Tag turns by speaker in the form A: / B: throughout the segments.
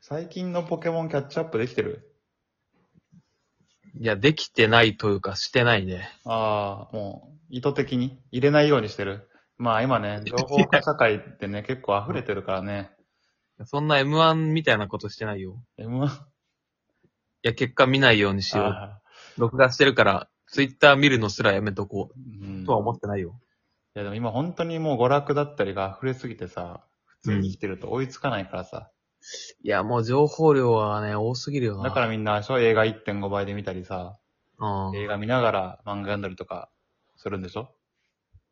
A: 最近のポケモンキャッチアップできてる
B: いや、できてないというか、してないね。
A: ああ、もう、意図的に入れないようにしてる。まあ今 ね、情報化社会ってね、結構溢れてるからね。
B: そんな M1 みたいなことしてないよ。
A: M1
B: いや、結果見ないようにしよう。
A: あ
B: 録画してるから、ツイッター見るのすらやめとこ
A: ーう
B: う。
A: ん。
B: とは思ってないよ。
A: いやでも今本当にもう娯楽だったりが溢れすぎてさ、普通に生きてると追いつかないからさ。
B: いや、もう情報量はね、多すぎるよな。
A: だからみんな、そう映画1.5倍で見たりさ、
B: ら、うん。
A: 映画見ながら漫画読んだりとかするんでしょ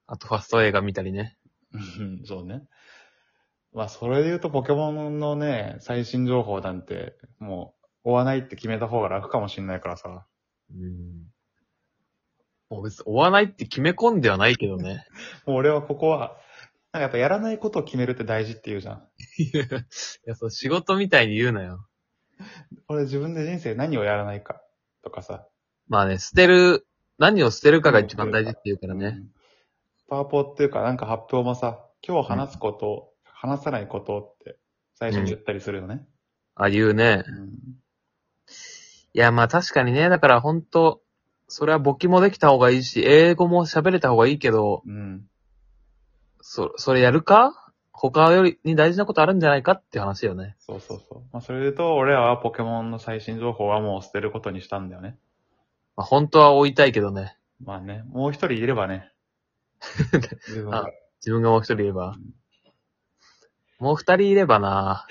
B: あとファスト映画見たりね。
A: うんそうね。まあ、それで言うとポケモンのね、最新情報なんて、もう、追わないって決めた方が楽かもしんないからさ。
B: うん。もう別に追わないって決め込んではないけ どね。
A: もう俺はここは、なんかやっぱやらないことを決めるって大事って言うじゃん。
B: いや、そう、仕事みたいに言うなよ。
A: 俺自分で人生何をやらないか、とかさ。
B: まあね、捨てる、何を捨てるかが一番大事って言うからね。
A: パワポっていうか、なんか発表もさ、今日話すこと、話さないことって、最初に言ったりするよね。
B: あ、言うね。
A: うん
B: いや、まあ確かにね、だから本当それは簿記もできた方がいいし、英語も喋れた方がいいけど、
A: うん。
B: そ、それやるか他よりに大事なことあるんじゃないかっていう話よね。
A: そうそうそう。まあ、それで言うと、俺らはポケモンの最新情報はもう捨てることにしたんだよね。
B: まあ本当は追いたいけどね。
A: まあね、もう一人いればね。 自分は
B: 自分がもう一人いれば。もう二人いればな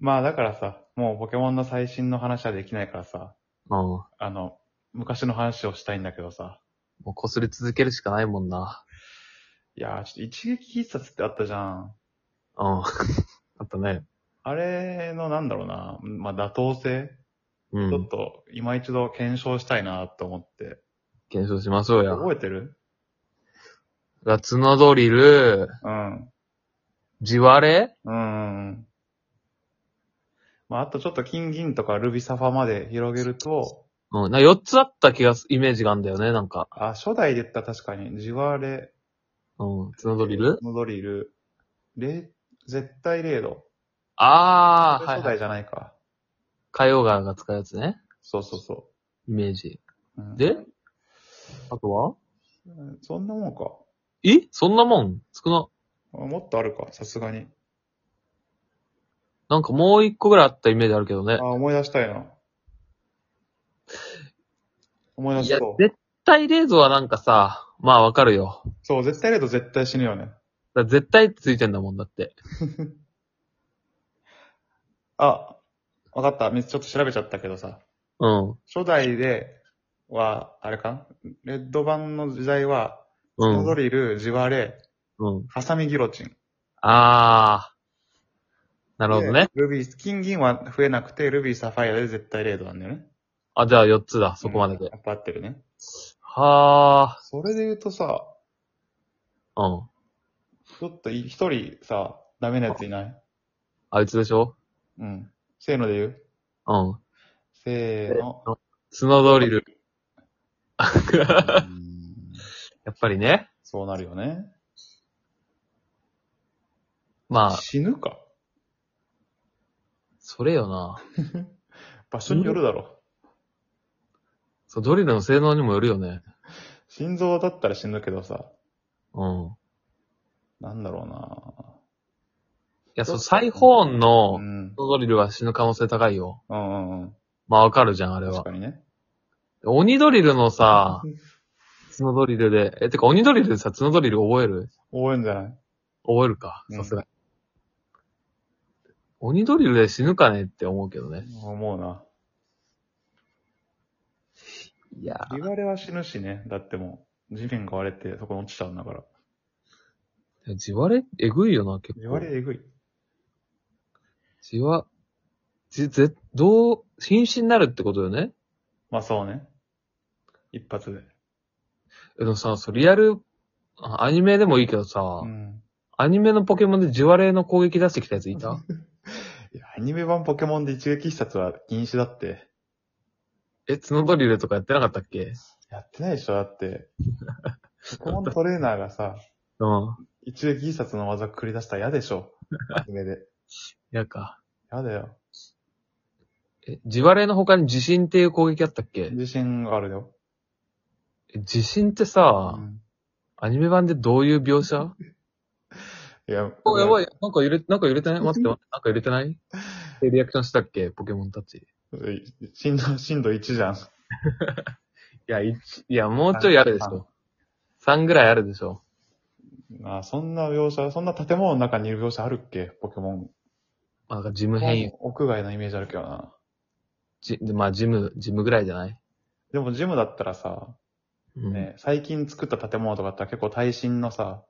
A: まあだからさ、もうポケモンの最新の話はできないからさ、
B: うん。も
A: あの、昔の話をしたいんだけどさ。
B: う擦り続けるしかないもんな。
A: いやー、ちょっと一撃必殺ってあったじゃん。
B: うん。 あったね。
A: あれのなんだろうな、まあ妥当性、
B: う
A: ちょっ
B: ん。
A: と今一度検証したいなと思って。
B: 検証しましょうや。
A: 覚えてる
B: ラツノドリル、
A: うん。
B: ジワレ
A: うんうん。まああとちょっと金銀とかルビサファまで広げると、
B: うん。な、四つあった気がす、イメージがあんだよね、なんか。
A: あ、初代で言ったら確かに、ジワレ、
B: うん。ツノドリル
A: のドリル、レ、絶対レード。
B: ああ、
A: 初
B: はい、はい。
A: 代じゃないか。
B: 海洋川が使うやつね。
A: そうそうそ
B: イメージ。
A: う。うん
B: であとは
A: うんそんなもんか。
B: えそんなもん少な。
A: あもっとあるか、さすがに。
B: なんかもう一個ぐらいあったイメージあるけどね
A: あ、。思い出したいな。思い出
B: い
A: し
B: や
A: そ、う。
B: 絶対冷蔵はなんかさ、まあわかるよ。
A: そう、絶対レード絶対死ぬよね。
B: だから絶対ついてんだもんだって。
A: あ、わかった。みちょっと調べちゃったけどさ。
B: うん。
A: 初代では、あれかレッド版の時代は、
B: う
A: のド
B: ん。
A: リル、ジワレ、
B: うん。
A: ハサミギロチン。
B: ああ。なるほどね
A: で。ルビー、金銀は増えなくて、ルビー、サファイアで絶対レードなんだよね。
B: あ、じゃあ4つだ、そこまで
A: うん
B: で。
A: やっぱ合ってるね。
B: は
A: それで言うとさ、
B: あ。うん。
A: ちょっとい一人さ、ダメなやついない
B: あいつでしょ
A: うん。せーので言う
B: うん。
A: せーの。
B: スノードリル。
A: うん
B: やっぱりね。
A: そうなるよね。
B: まあ、
A: 死ぬか
B: それよな。
A: 場所によるだろ。
B: そう、ドリルの性能にもよるよね。
A: 心臓だったら死ぬけどさ、
B: うん。
A: なんだろ
B: いや、そう、
A: どうした
B: サイホーン
A: うな
B: の
A: うん。
B: ドリルは死ぬ可能性高いよ。
A: うんうんうん。
B: まあわかるじゃん、あれ
A: 確
B: は。
A: かにね。
B: 鬼ドリルのさ、角ドリルで、え、てか鬼ドリルでさ、角ドリル覚える
A: 応援じゃない
B: 覚えるか、
A: うん
B: さすがに。鬼ドリルで死ぬかねって思うけどね。
A: 思うな。
B: いや
A: 言われは死ぬしね。だってもう、地面が割れてそこに落ちちゃうんだから。
B: ー、地割れ、えぐいよな、結構。
A: 言われえぐい。
B: 地は、じ、ぜ、どう、瀕死になるってことよね
A: まあそうね。一発で。
B: え、でもさ、そう、リアル、あアニメでもいいけどさ、
A: うん。
B: アニメのポケモンで地割れの攻撃出してきたやつい た
A: いや、アニメ版ポケモンで一撃必殺は禁止だって。
B: え、角ドリルとかやってなかったっけ
A: やってないでしょだ って。ポケモントレーナーがさ、
B: うん。
A: 一撃必殺の技繰り出したら嫌でしょアニメで。
B: 嫌か。
A: やだよ。
B: え、地割れの他に地震っていう攻撃あったっけ
A: 自信があるよ。
B: え地震ってさ
A: う、ん
B: アニメ版でどういう描写
A: いや、
B: お、やば
A: い。
B: い。なんか揺れ、なんか揺れてない待って待って、なんか揺れて ないってリアクションしたっけポケモンたち。い
A: 震度、震度1じゃん。
B: や、いちいや、もうちょいあるでしょ。3ぐらいあるでしょ。
A: あ、そんな描写、そんな建物の中にいる描写あるっけポケモン。
B: まあ、なんかジム変異。
A: 屋外のイメージあるけどな。
B: じまあ、ジム、ジムぐらいじゃない
A: でもジムだったらさ、
B: うん。
A: ね、最近作った建物とかって結構耐震のさ、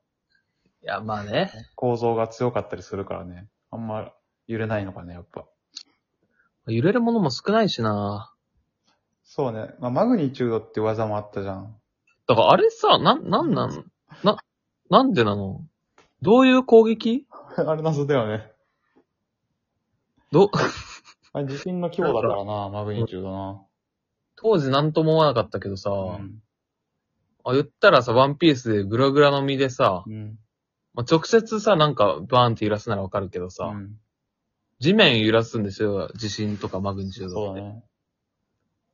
B: いや、まあね。
A: 構造が強かったりするからね。あんま揺れないのかね、やっぱ。
B: 揺れるものも少ないしな。
A: そうね。まあ、マグニチュードって技もあったじゃん。
B: だからあれさ、なん、なんなんな、なんでなのどういう攻撃
A: あれ謎だよね。
B: ど、
A: あれ地震の規模だからな、マグニチュードな。
B: 当時なんとも思わなかったけどさ、
A: うん
B: あ言ったらさ、ワンピースでグラグラの実でさ、
A: うん。
B: まあ、直接さ、なんかバーンって揺らすならわかるけどさ、
A: うん
B: 地面揺らすんですよ、地震とかマグニチュード
A: そ
B: っ
A: う
B: て。
A: だね。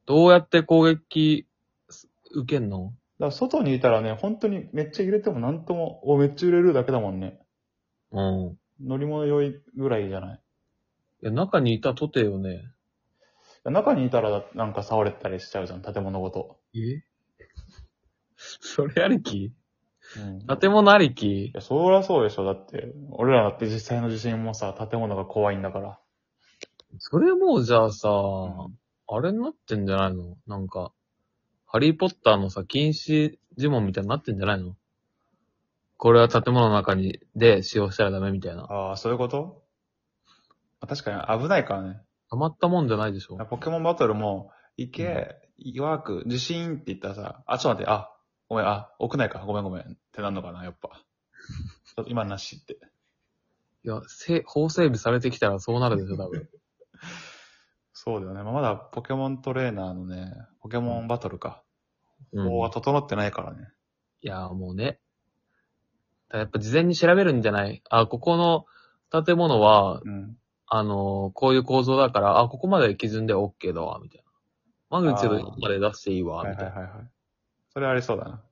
B: どうやって攻撃す受けんの
A: だから外にいたらね、本当にめっちゃ揺れてもなんとも、お、めっちゃ揺れるだけだもんね。
B: うん。
A: 乗り物酔いぐらいじゃない。
B: いや、中にいたとてよね。
A: 中にいたらなんか倒れたりしちゃうじゃん、建物ごと。
B: え それありき
A: うん。い
B: 建物ありき
A: や、そりゃそうでしょ。だって、俺らだって実際の地震もさ、建物が怖いんだから。
B: それもうじゃあさ、
A: ん
B: あれになってんじゃないのなんか、ハリーポッターのさ、禁止呪文みたいになってんじゃないのこれは建物の中に、で使用したらダメみたいな。
A: ああ、そういうことまあ確かに危ないからね。
B: たまったもんじゃないでしょ
A: ポケモンバトルも、行け、弱く、地震って言ったらさ、あ、ちょっと待って、あ、ごめん、あ、屋内か、ごめんごめんってなるのかな、やっぱ。ち ょっと今なしって。
B: いや、せ、法整備されてきたらそうなるでしょ、多分。
A: そうだよね。まあ、まだポケモントレーナーのね、ポケモンバトルか。
B: うん、
A: 法は整ってないからね。
B: いや、もうね。だからやっぱ事前に調べるんじゃないあ、ここの建物は、
A: うん。
B: あのーこういう構造だから、あ、ここまで基準で OK だわ、みたいな。マグニチュードまで出していいわ、
A: はい
B: み
A: は
B: た
A: い
B: い
A: は
B: な。
A: いはい。それありそうだな。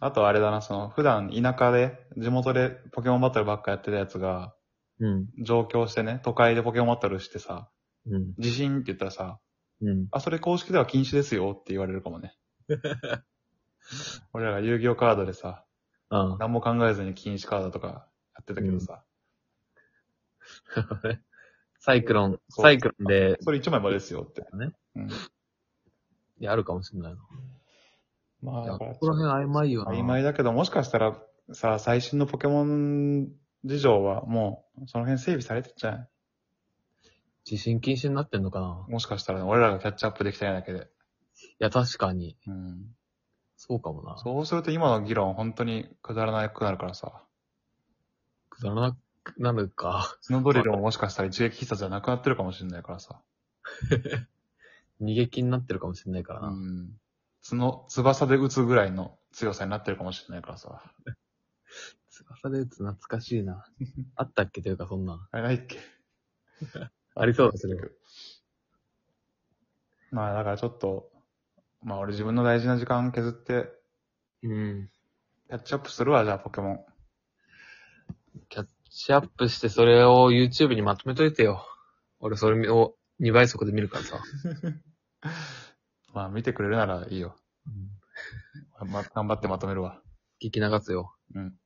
A: あとあれだな、その、普段田舎で、地元でポケモンバトルばっかやってたやつが、
B: うん、
A: 上京してね、都会でポケモンバトルしてさ、
B: うん、
A: 地震って言ったらさ、
B: うん。
A: あ、それ公式では禁止ですよって言われるか もね。俺らが遊戯王カードでさ、
B: あ
A: 何も考えずに禁止カードとかやってたけどさ、
B: あサイクロン、
A: そう
B: サイクロンで、
A: それ一枚までですよって。
B: ね
A: うん。
B: いや、あるかもしれないな。
A: まあ、
B: いや
A: だから
B: こ、こら辺曖昧よな。
A: 曖昧だけど、もしかしたらさ、最新のポケモン事情はもう、その辺整備されてんじゃない
B: 地震禁止になってんのかな
A: もしかしたらね、俺らがキャッチアップできたいだけで。
B: いや、確かに。
A: うん。
B: そうかもな。
A: そうすると今の議論本当にくだらなくなるからさ。
B: くだらなくなるか。
A: スノドリルももしかしたら一撃必殺じゃなくなってるかもしれないからさ。
B: 逃げ気になってるかもしれないからな。
A: うん。角、翼で打つぐらいの強さになってるかもしれないからさ。
B: 翼で打つ懐かしい な。あったっけというかそんな。
A: あれないっけ
B: ありそうですね。
A: まあだからちょっと、まあ俺自分の大事な時間削って、
B: うん。
A: キャッチアップするわ、じゃあポケモン。
B: キャッチアップしてそれを YouTube にまとめといてよ。俺それを2倍速で見るからさ。
A: まあ見てくれるならいいよ。
B: うん。
A: ま、頑張ってまとめるわ。
B: 聞き流すよ。
A: うん。